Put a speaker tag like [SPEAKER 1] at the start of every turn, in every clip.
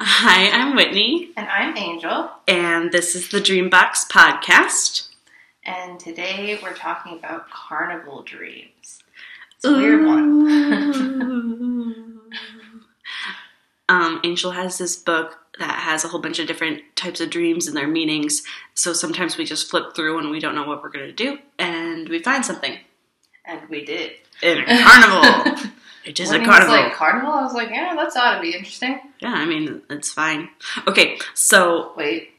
[SPEAKER 1] Hi, I'm Whitney,
[SPEAKER 2] And I'm Angel,
[SPEAKER 1] and this is the Dreambox Podcast.
[SPEAKER 2] and today we're talking about carnival dreams. It's a weird one.
[SPEAKER 1] Ooh. um, Angel has this book that has a whole bunch of different types of dreams and their meanings. So sometimes we just flip through and we don't know what we're going to do, and we find something
[SPEAKER 2] and we did.
[SPEAKER 1] in a carnival. It is a
[SPEAKER 2] When he
[SPEAKER 1] carnival.
[SPEAKER 2] Was like, carnival? I was like, yeah, that's ought to be interesting.
[SPEAKER 1] yeah, I mean it's fine. Okay, so
[SPEAKER 2] Wait,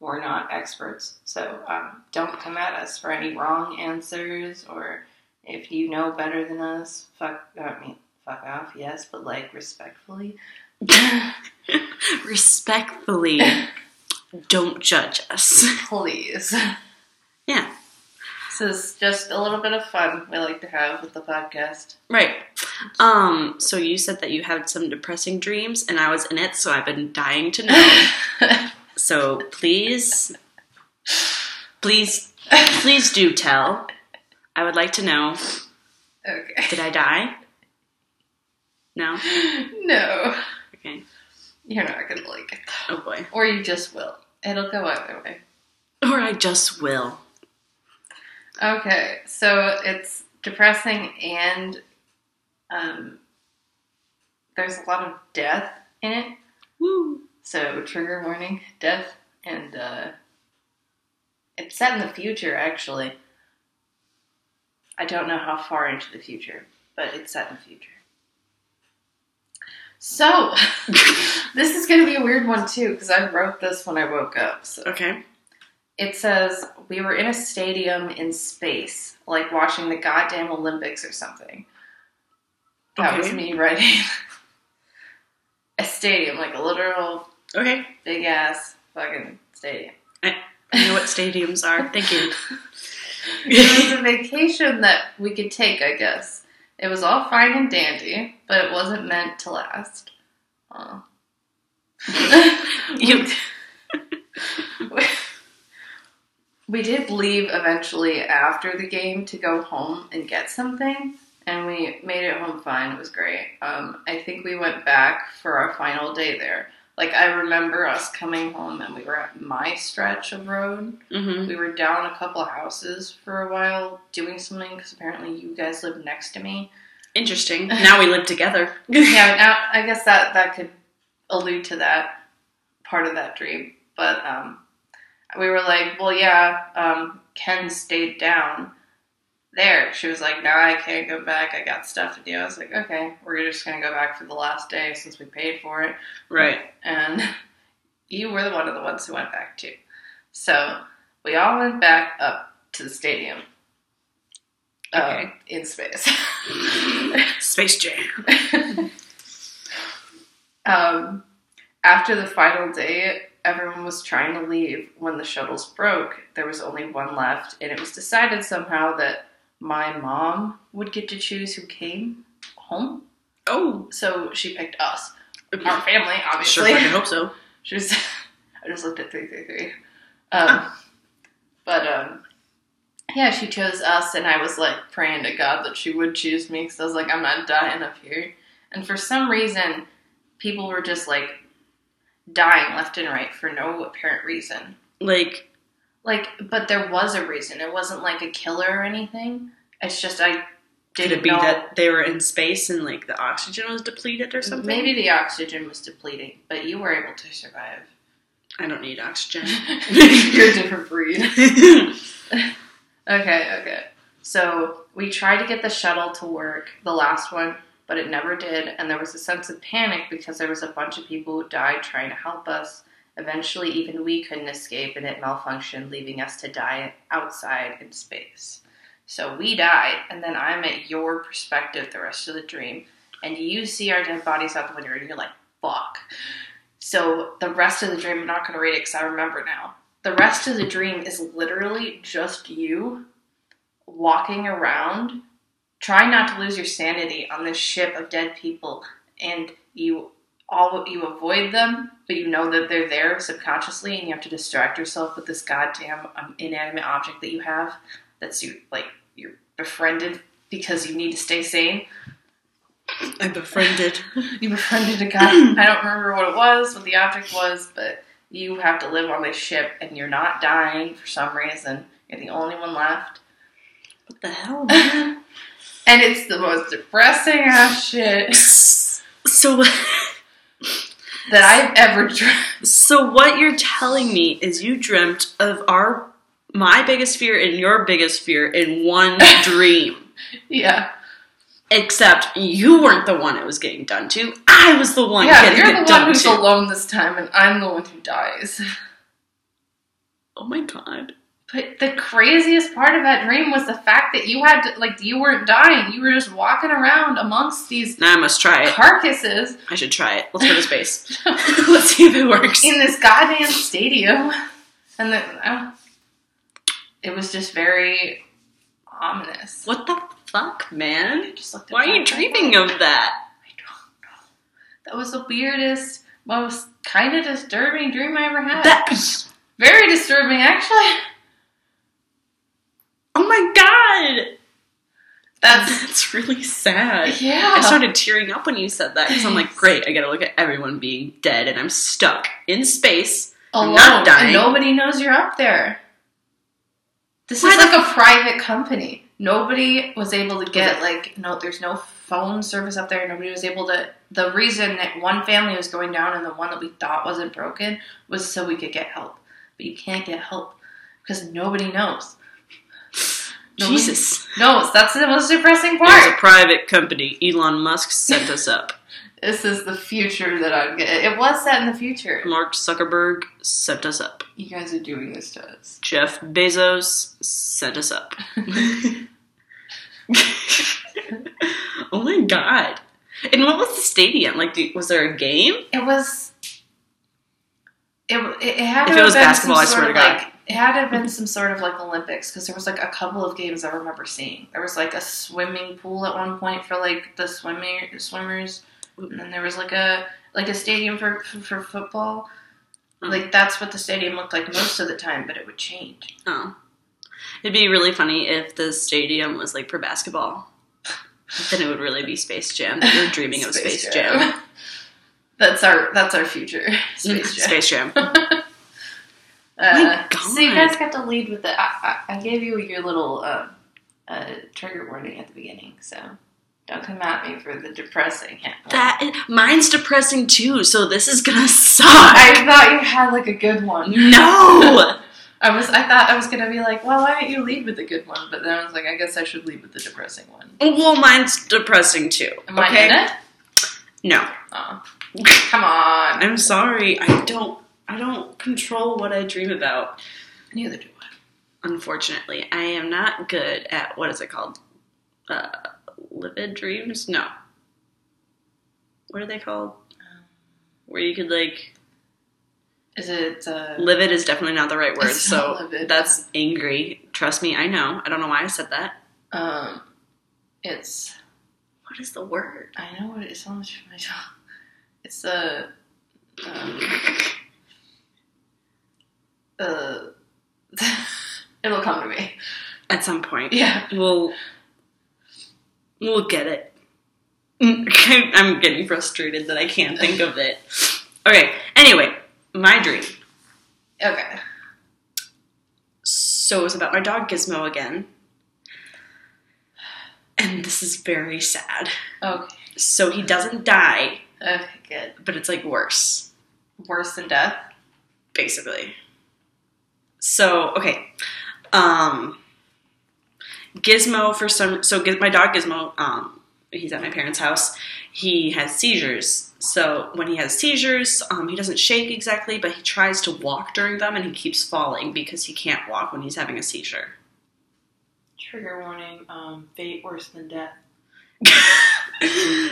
[SPEAKER 2] we're not experts, so um, don't come at us for any wrong answers or if you know better than us, fuck, I mean, fuck off, yes, but like respectfully.
[SPEAKER 1] respectfully, don't judge us.
[SPEAKER 2] Please.
[SPEAKER 1] Yeah.
[SPEAKER 2] This is just a little bit of fun we like to have with the podcast.
[SPEAKER 1] Right. Um, so you said that you had some depressing dreams and I was in it, so I've been dying to know. so please please please do tell. I would like to know.
[SPEAKER 2] okay.
[SPEAKER 1] Did I die? No?
[SPEAKER 2] No.
[SPEAKER 1] Okay.
[SPEAKER 2] You're not gonna like it.
[SPEAKER 1] Oh boy.
[SPEAKER 2] Or you just will. It'll go either way.
[SPEAKER 1] Or I just will.
[SPEAKER 2] Okay, so it's depressing and um, there's a lot of death in it.
[SPEAKER 1] Woo.
[SPEAKER 2] So trigger warning, death, and uh, it's set in the future. Actually, I don't know how far into the future, but it's set in the future. So this is going to be a weird one too because I wrote this when I woke up. So
[SPEAKER 1] Okay.
[SPEAKER 2] it says we were in a stadium in space, like watching the goddamn Olympics or something. That was
[SPEAKER 1] Okay.
[SPEAKER 2] me writing a stadium, like a literal
[SPEAKER 1] Okay.
[SPEAKER 2] big ass fucking stadium.
[SPEAKER 1] I know what stadiums are. Thank you.
[SPEAKER 2] It was a vacation that we could take, I guess. It was all fine and dandy, but it wasn't meant to last. Aw.
[SPEAKER 1] you
[SPEAKER 2] we did leave eventually after the game to go home and get something, and we made it home fine. It was great. Um, I think we went back for our final day there. Like, I remember us coming home and we were at my stretch of road.
[SPEAKER 1] hmm
[SPEAKER 2] We were down a couple houses for a while doing something because apparently you guys live next to me.
[SPEAKER 1] Interesting. Now we live together.
[SPEAKER 2] yeah, now I guess that that could allude to that part of that dream. But um, we were like, well, yeah, um, Ken stayed down there. She was like, nah, I can't go back. I got stuff to do. I was like, okay, we're just gonna go back for the last day since we paid for it.
[SPEAKER 1] Right.
[SPEAKER 2] And you were the one of the ones who went back too. So we all went back up to the stadium. um,
[SPEAKER 1] Okay.
[SPEAKER 2] in space.
[SPEAKER 1] Space Jam.
[SPEAKER 2] um, after the final day, everyone was trying to leave when the shuttles broke. There was only one left, and it was decided somehow that my mom would get to choose who came home.
[SPEAKER 1] Oh,
[SPEAKER 2] So she picked us, our family,
[SPEAKER 1] sure.
[SPEAKER 2] obviously.
[SPEAKER 1] I hope so.
[SPEAKER 2] She was. I just looked at three three three. Um, but um, yeah, she chose us, and I was like praying to God that she would choose me because I was like, I'm not dying up here. And for some reason, people were just like dying left and right for no apparent reason.
[SPEAKER 1] Like,
[SPEAKER 2] Like, but there was a reason. It wasn't like a killer or anything. It's just I
[SPEAKER 1] could
[SPEAKER 2] didn't
[SPEAKER 1] it be
[SPEAKER 2] know.
[SPEAKER 1] that they were in space and like the oxygen was depleted or something?
[SPEAKER 2] Maybe the oxygen was depleting, but you were able to survive.
[SPEAKER 1] I don't need oxygen.
[SPEAKER 2] You're a different breed. Okay, okay. So we tried to get the shuttle to work, the last one, but it never did, and there was a sense of panic because there was a bunch of people who died trying to help us. Eventually, even we couldn't escape, and it malfunctioned, leaving us to die outside in space. So we died, and then I'm at your perspective the rest of the dream, and you see our dead bodies out the window, and you're like, fuck. So the rest of the dream, I'm not going to read it because I remember now. The rest of the dream is literally just you walking around, trying not to lose your sanity on this ship of dead people, and you all you avoid them, but you know that they're there subconsciously, and you have to distract yourself with this goddamn um, inanimate object that you have. That's you like you're befriended because you need to stay sane.
[SPEAKER 1] I befriended.
[SPEAKER 2] You befriended a guy. I don't remember what it was, what the object was, but you have to live on this ship and you're not dying for some reason. You're the only one left.
[SPEAKER 1] What the hell, man?
[SPEAKER 2] And it's the most depressing ass shit
[SPEAKER 1] so,
[SPEAKER 2] that I've ever dreamt.
[SPEAKER 1] so what you're telling me is you dreamt of our, my biggest fear and your biggest fear in one dream.
[SPEAKER 2] Yeah.
[SPEAKER 1] Except you weren't the one it was getting done to. I was the one
[SPEAKER 2] yeah,
[SPEAKER 1] getting
[SPEAKER 2] you're
[SPEAKER 1] it
[SPEAKER 2] the
[SPEAKER 1] done
[SPEAKER 2] one who's
[SPEAKER 1] to.
[SPEAKER 2] alone this time and I'm the one who dies.
[SPEAKER 1] oh my god.
[SPEAKER 2] But the craziest part of that dream was the fact that you had to, like, you weren't dying. You were just walking around amongst these
[SPEAKER 1] Now I must try it.
[SPEAKER 2] carcasses
[SPEAKER 1] I should try it. Let's go to space. Let's see if it works.
[SPEAKER 2] in this goddamn stadium. And then, uh, it was just very ominous.
[SPEAKER 1] What the fuck, man?
[SPEAKER 2] I just looked at
[SPEAKER 1] Why are you
[SPEAKER 2] that.
[SPEAKER 1] dreaming of that?
[SPEAKER 2] I don't know. That was the weirdest, most kind of disturbing dream I ever had.
[SPEAKER 1] That.
[SPEAKER 2] Very disturbing, actually.
[SPEAKER 1] Oh my god.
[SPEAKER 2] That's
[SPEAKER 1] That's really sad.
[SPEAKER 2] yeah.
[SPEAKER 1] I started tearing up when you said that because I'm like, great, I gotta look at everyone being dead and I'm stuck in space.
[SPEAKER 2] alone.
[SPEAKER 1] not dying.
[SPEAKER 2] And nobody knows you're up there. This
[SPEAKER 1] Why
[SPEAKER 2] is
[SPEAKER 1] the
[SPEAKER 2] like a private company. Nobody was able to get
[SPEAKER 1] it-
[SPEAKER 2] like no. There's no phone service up there. Nobody was able to. The reason that one family was going down and the one that we thought wasn't broken was so we could get help. But you can't get help because nobody knows. Nobody
[SPEAKER 1] Jesus.
[SPEAKER 2] knows. That's the most depressing part.
[SPEAKER 1] There's a private company. Elon Musk set us up.
[SPEAKER 2] This is the future that I'm getting. It was set in the future.
[SPEAKER 1] Mark Zuckerberg set us up.
[SPEAKER 2] You guys are doing this to us.
[SPEAKER 1] Jeff Bezos set us up. oh my god. And what was the stadium? Like, do- was there a game?
[SPEAKER 2] It was. It, it had to
[SPEAKER 1] If it
[SPEAKER 2] have
[SPEAKER 1] was
[SPEAKER 2] been
[SPEAKER 1] basketball,
[SPEAKER 2] some
[SPEAKER 1] I swear
[SPEAKER 2] sort
[SPEAKER 1] to
[SPEAKER 2] of,
[SPEAKER 1] God.
[SPEAKER 2] Like, it had to have been some sort of like Olympics because there was like a couple of games I remember seeing. There was like a swimming pool at one point for like the swimming swimmers, and then there was like a like a stadium for for, for football.
[SPEAKER 1] Hmm.
[SPEAKER 2] Like that's what the stadium looked like most of the time, but it would change.
[SPEAKER 1] Oh. It'd be really funny if the stadium was like for basketball. then it would really be Space Jam. You're dreaming of Space Jam. Mm-hmm.
[SPEAKER 2] that's our that's our future. Space Jam.
[SPEAKER 1] Space Jam.
[SPEAKER 2] Uh,
[SPEAKER 1] My God.
[SPEAKER 2] so you guys got to lead with the. I, I, I gave you your little um uh, trigger warning at the beginning, so don't come at me for the depressing. half.
[SPEAKER 1] That is, mine's depressing too, so this is gonna suck.
[SPEAKER 2] I thought you had like a good one.
[SPEAKER 1] no!
[SPEAKER 2] I was. I thought I was gonna be like, well, why don't you lead with the good one? But then I was like, I guess I should lead with the depressing one.
[SPEAKER 1] well, mine's depressing too.
[SPEAKER 2] Am I in it?
[SPEAKER 1] No.
[SPEAKER 2] Oh, come on.
[SPEAKER 1] I'm sorry. I don't I don't control what I dream about.
[SPEAKER 2] Neither do I.
[SPEAKER 1] Unfortunately, I am not good at what is it called? Uh, livid dreams? No. What are they called? Where you could like
[SPEAKER 2] Is it? Uh,
[SPEAKER 1] livid is definitely not the right word.
[SPEAKER 2] It's
[SPEAKER 1] so
[SPEAKER 2] not livid.
[SPEAKER 1] that's angry. Trust me, I know. I don't know why I said that.
[SPEAKER 2] um, it's.
[SPEAKER 1] What is the word?
[SPEAKER 2] I know what it is. So much for my job. It's a. Um, uh, it'll come to me.
[SPEAKER 1] At some point,
[SPEAKER 2] Yeah.
[SPEAKER 1] we'll we'll get it. I'm getting frustrated that I can't think of it. Okay. Anyway, my dream.
[SPEAKER 2] Okay.
[SPEAKER 1] So it was about my dog Gizmo again. And this is very sad.
[SPEAKER 2] Okay.
[SPEAKER 1] So he doesn't die,
[SPEAKER 2] Okay. Good.
[SPEAKER 1] but it's like worse,
[SPEAKER 2] Worse than death.
[SPEAKER 1] basically. So, okay. Um Gizmo for some so Giz, my dog Gizmo um he's at my parents' house. He has seizures. So when he has seizures, um, he doesn't shake exactly, but he tries to walk during them and he keeps falling because he can't walk when he's having a seizure.
[SPEAKER 2] Trigger warning. Um, fate worse than death.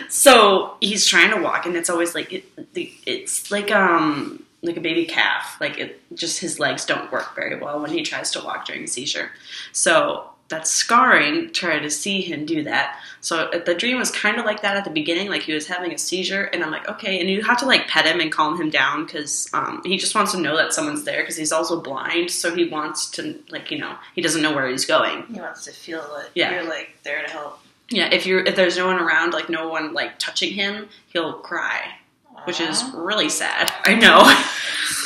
[SPEAKER 1] so he's trying to walk and it's always like it, the- it's like um like a baby calf like it just his legs don't work very well when he tries to walk during a seizure so that's scarring trying to see him do that so uh, the dream was kind of like that at the beginning like he was having a seizure and i'm like okay and you have to like pet him and calm him down because um, he just wants to know that someone's there because he's also blind so he wants to like you know he doesn't know where he's going
[SPEAKER 2] He wants to feel it.
[SPEAKER 1] Yeah.
[SPEAKER 2] You're like there to help.
[SPEAKER 1] Yeah, if you if there's no one around, like no one like touching him, he'll cry, which is
[SPEAKER 2] Aw.
[SPEAKER 1] really sad. I know.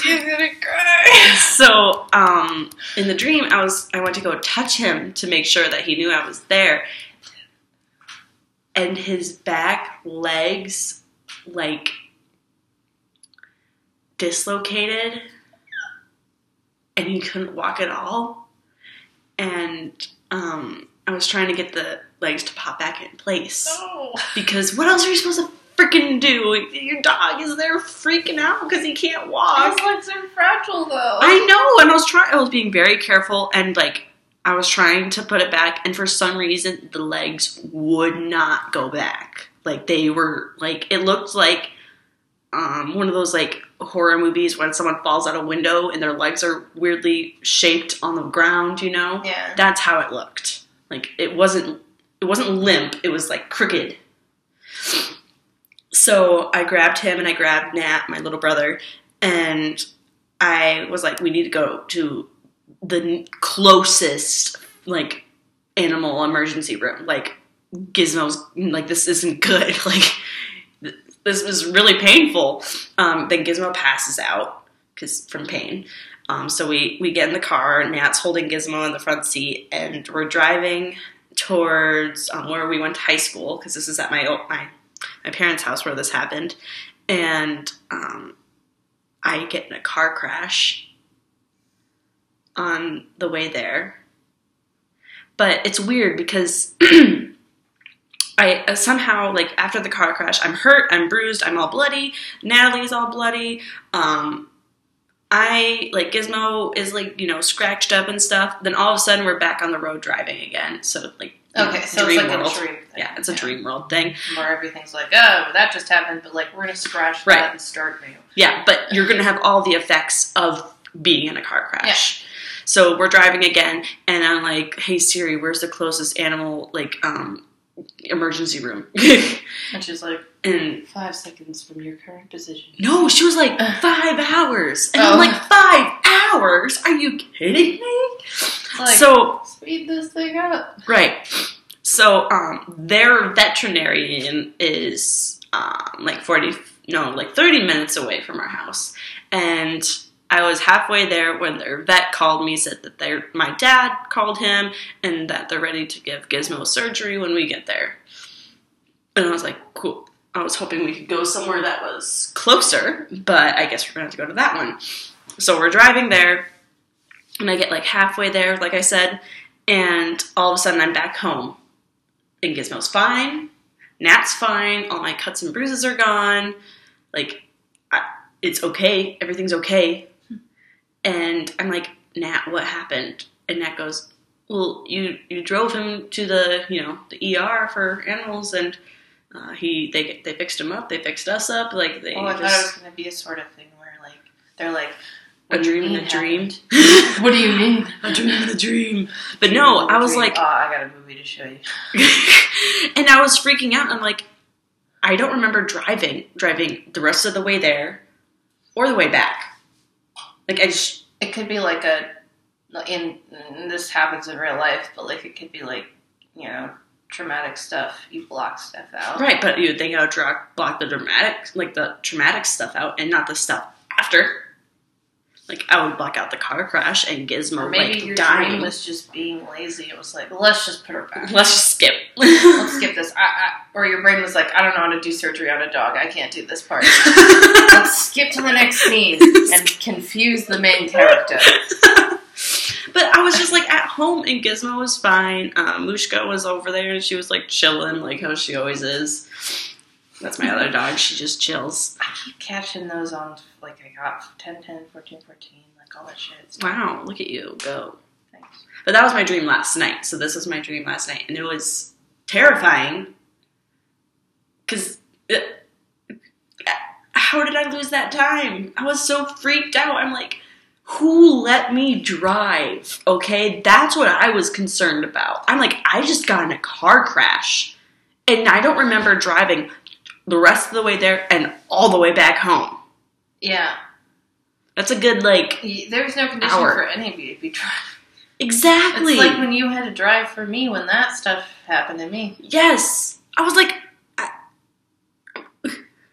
[SPEAKER 2] He's gonna cry.
[SPEAKER 1] so um, in the dream, I was I went to go touch him to make sure that he knew I was there, and his back legs like dislocated, and he couldn't walk at all, and um, I was trying to get the legs to pop back in place
[SPEAKER 2] No.
[SPEAKER 1] because what else are you supposed to freaking do? Your dog is there freaking out because he can't walk.
[SPEAKER 2] His legs are fragile though.
[SPEAKER 1] I know, and I was trying. I was being very careful, and like I was trying to put it back, and for some reason the legs would not go back. Like they were like it looked like um, one of those like horror movies when someone falls out a window and their legs are weirdly shaped on the ground. You know,
[SPEAKER 2] Yeah.
[SPEAKER 1] that's how it looked. Like it wasn't it wasn't limp. It was like crooked. So I grabbed him and I grabbed Nat, my little brother, and I was like, we need to go to the n- closest like animal emergency room. Like Gizmo's like this isn't good. Like th- this is really painful. Um, then Gizmo passes out because from pain. Um, so we we get in the car. Nat's holding Gizmo in the front seat, and we're driving towards um, where we went to high school because this is at my o- my my parents' house where this happened, and um, I get in a car crash on the way there. But it's weird because I uh, somehow like after the car crash, I'm hurt, I'm bruised, I'm all bloody. Natalie's all bloody. Um, I like Gizmo is like you know scratched up and stuff. Then all of a sudden we're back on the road driving again. So like you know,
[SPEAKER 2] Okay, so it's
[SPEAKER 1] dream
[SPEAKER 2] like
[SPEAKER 1] world.
[SPEAKER 2] a dream. Thing.
[SPEAKER 1] Yeah, it's a dream world thing.
[SPEAKER 2] Where everything's like, oh, that just happened, but like we're gonna scratch
[SPEAKER 1] Right.
[SPEAKER 2] that and start new.
[SPEAKER 1] Yeah, but you're going to have all the effects of being in a car crash. So we're driving again, and I'm like, "Hey Siri, where's the closest animal like um, emergency room?"
[SPEAKER 2] And she's like,
[SPEAKER 1] and
[SPEAKER 2] five seconds from your current position.
[SPEAKER 1] Mm. no, she was like five hours, and I'm
[SPEAKER 2] Oh.
[SPEAKER 1] like five hours. Are you kidding me?
[SPEAKER 2] It's like,
[SPEAKER 1] so
[SPEAKER 2] speed this thing up.
[SPEAKER 1] Right. So um, their veterinarian is um, like 40, no, like 30 minutes away from our house. And I was halfway there when their vet called me, said that their, my dad called him, and that they're ready to give Gizmo surgery when we get there. And I was like, cool. I was hoping we could go somewhere that was closer, but I guess we're gonna have to go to that one. So we're driving there, and I get like halfway there, like I said, and all of a sudden I'm back home. And Gizmo's fine, Nat's fine, all my cuts and bruises are gone. Like, I, it's okay, everything's okay. And I'm like, Nat, what happened? And Nat goes, Well, you you drove him to the you know the ER for animals, and uh, he they they fixed him up, they fixed us up, like they
[SPEAKER 2] Well, Oh, I
[SPEAKER 1] just
[SPEAKER 2] thought it was gonna be a sort of thing where like they're like,
[SPEAKER 1] a
[SPEAKER 2] what do you
[SPEAKER 1] dream
[SPEAKER 2] mean
[SPEAKER 1] in a dream.
[SPEAKER 2] happened? What do you mean?
[SPEAKER 1] a dream in a dream. But no, I was
[SPEAKER 2] Dream.
[SPEAKER 1] like,
[SPEAKER 2] oh, I got a movie to show you.
[SPEAKER 1] and I was freaking out. I'm like, I don't remember driving, driving the rest of the way there or the way back. Like I just,
[SPEAKER 2] It could be like a, in and this happens in real life, but like it could be like you know traumatic stuff. You block stuff out.
[SPEAKER 1] right, but you would think I would dra- block the dramatic, like the traumatic stuff out, and not the stuff after. Like I would block out the car crash and Gizmo
[SPEAKER 2] Or maybe
[SPEAKER 1] like
[SPEAKER 2] your
[SPEAKER 1] dying.
[SPEAKER 2] dream was just being lazy. It was like, let's just put her back.
[SPEAKER 1] Let's just skip.
[SPEAKER 2] Let's skip this. I, I, or your brain was like, I don't know how to do surgery on a dog. I can't do this part. Let's skip to the next scene and confuse the main character.
[SPEAKER 1] But I was just like at home, and Gizmo was fine. Um, Mushka was over there, and she was like chilling, like how she always is. That's my other dog. She just chills.
[SPEAKER 2] I keep catching those on, like, I got 10, 10, 14, 14, like all that shit.
[SPEAKER 1] Wow, look at you go.
[SPEAKER 2] Thanks.
[SPEAKER 1] But that was my dream last night. So this was my dream last night, and it was terrifying. Cause uh, how did I lose that time? I was so freaked out. I'm like, who let me drive? Okay, that's what I was concerned about. I'm like, I just got in a car crash, and I don't remember driving the rest of the way there and all the way back home.
[SPEAKER 2] Yeah.
[SPEAKER 1] That's a good like
[SPEAKER 2] Y- There was no condition
[SPEAKER 1] Hour.
[SPEAKER 2] for any of you to be driving.
[SPEAKER 1] Exactly.
[SPEAKER 2] It's like when you had to drive for me when that stuff happened to me.
[SPEAKER 1] Yes. I was like, I...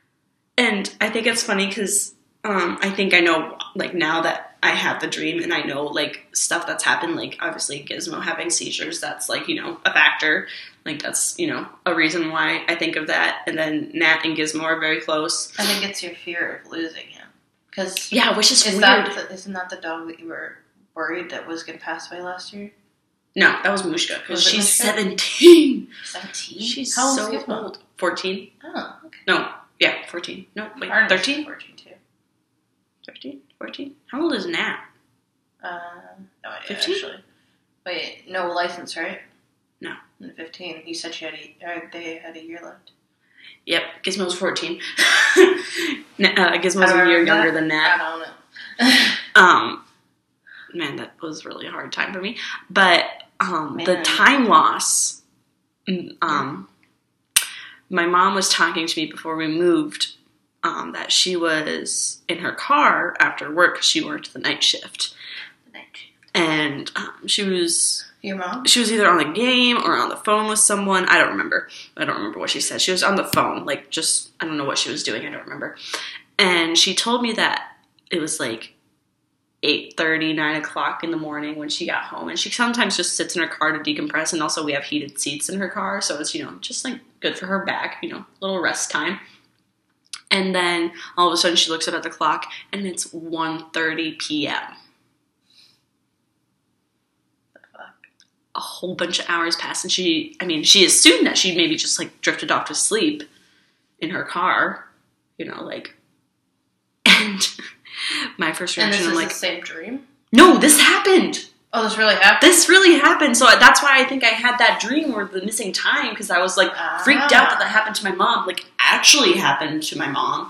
[SPEAKER 1] and I think it's funny because um, I think I know, like, now that I have the dream and I know, like, stuff that's happened, like, obviously Gizmo having seizures, that's, like, you know, a factor. Like, that's, you know, a reason why I think of that. And then Nat and Gizmo are very close.
[SPEAKER 2] I think it's your fear of losing him. Because
[SPEAKER 1] Yeah, which is,
[SPEAKER 2] is
[SPEAKER 1] weird.
[SPEAKER 2] that the, isn't that the dog that you were worried that was going to pass away last year?
[SPEAKER 1] no, that was Mushka. 'cause
[SPEAKER 2] Was it
[SPEAKER 1] she's
[SPEAKER 2] Mushka?
[SPEAKER 1] 17.
[SPEAKER 2] 17?
[SPEAKER 1] She's
[SPEAKER 2] How old
[SPEAKER 1] so
[SPEAKER 2] is Gizmo?
[SPEAKER 1] old. 14?
[SPEAKER 2] Oh, okay.
[SPEAKER 1] No. Yeah, 14. No, wait,
[SPEAKER 2] Arnold's
[SPEAKER 1] 13?
[SPEAKER 2] 14 too.
[SPEAKER 1] 13? 14? How old is Nat?
[SPEAKER 2] Uh, no idea,
[SPEAKER 1] 15?
[SPEAKER 2] actually. Wait, no license, right?
[SPEAKER 1] No.
[SPEAKER 2] And 15. You said she had a, or they had a year left.
[SPEAKER 1] Yep, Gizmo's 14. Na- uh, Gizmo's
[SPEAKER 2] I
[SPEAKER 1] a year
[SPEAKER 2] remember
[SPEAKER 1] younger
[SPEAKER 2] that.
[SPEAKER 1] than
[SPEAKER 2] I
[SPEAKER 1] that.
[SPEAKER 2] don't know.
[SPEAKER 1] Um, man, that was really a hard time for me. But um, the
[SPEAKER 2] Man.
[SPEAKER 1] time loss, mm, um, my mom was talking to me before we moved um, that she was in her car after work 'cause she worked the night shift. And um, she was
[SPEAKER 2] Your mom?
[SPEAKER 1] she was either on the game or on the phone with someone. I don't remember. I don't remember what she said. She was on the phone, like just I don't know what she was doing. I don't remember. And she told me that it was like 8.30, 9 o'clock in the morning when she got home. And she sometimes just sits in her car to decompress. And also we have heated seats in her car, so it's you know just like good for her back. You know, little rest time. And then all of a sudden she looks up at the clock and it's 1.30 p.m. a whole bunch of hours passed and she i mean she assumed that she maybe just like drifted off to sleep in her car you know like and my first
[SPEAKER 2] And this
[SPEAKER 1] reaction
[SPEAKER 2] is
[SPEAKER 1] i'm like
[SPEAKER 2] the same dream?
[SPEAKER 1] no this happened
[SPEAKER 2] Oh, this really happened?
[SPEAKER 1] this really happened so that's why i think i had that dream or the missing time because i was like freaked out that that happened to my mom like actually happened to my mom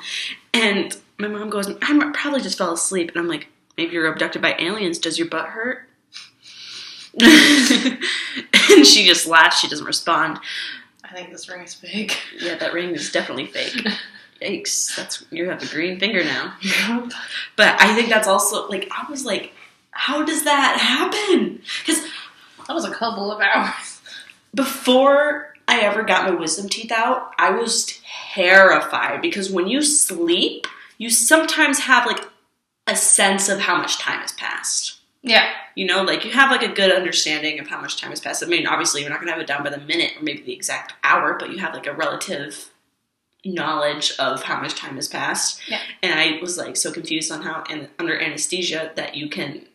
[SPEAKER 1] and my mom goes i probably just fell asleep and i'm like maybe you're abducted by aliens does your butt hurt and she just laughs she doesn't respond
[SPEAKER 2] I think this ring is big.
[SPEAKER 1] yeah that ring is definitely fake yikes that's you have a green finger now but i think that's also like i was like how does that happen because
[SPEAKER 2] That was a couple of hours.
[SPEAKER 1] before I ever got my wisdom teeth out, I was terrified because when you sleep, you sometimes have like a sense of how much time has passed.
[SPEAKER 2] Yeah.
[SPEAKER 1] You know, like you have like a good understanding of how much time has passed. I mean, obviously, you're not gonna have it down by the minute or maybe the exact hour, but you have like a relative knowledge of how much time has passed.
[SPEAKER 2] Yeah.
[SPEAKER 1] And I was like so confused on how, and under anesthesia, that you can